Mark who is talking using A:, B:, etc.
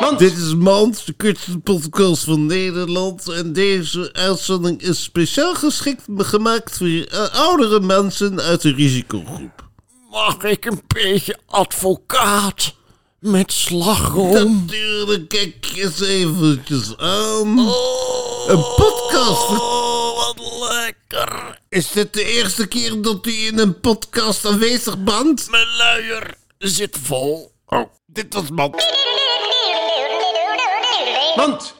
A: Mand.
B: Dit is Mand, de kortste podcast van Nederland. En deze uitzending is speciaal geschikt gemaakt voor eh, oudere mensen uit de risicogroep.
A: Mag ik een beetje advocaat met slagroom?
B: Natuurlijk, kijk eens eventjes aan.
A: Oh,
B: Een podcast.
A: Oh, wat lekker.
B: Is dit de eerste keer dat u in een podcast aanwezig bent?
A: Mijn luier zit vol.
B: Oh, dit was Mand. Mand.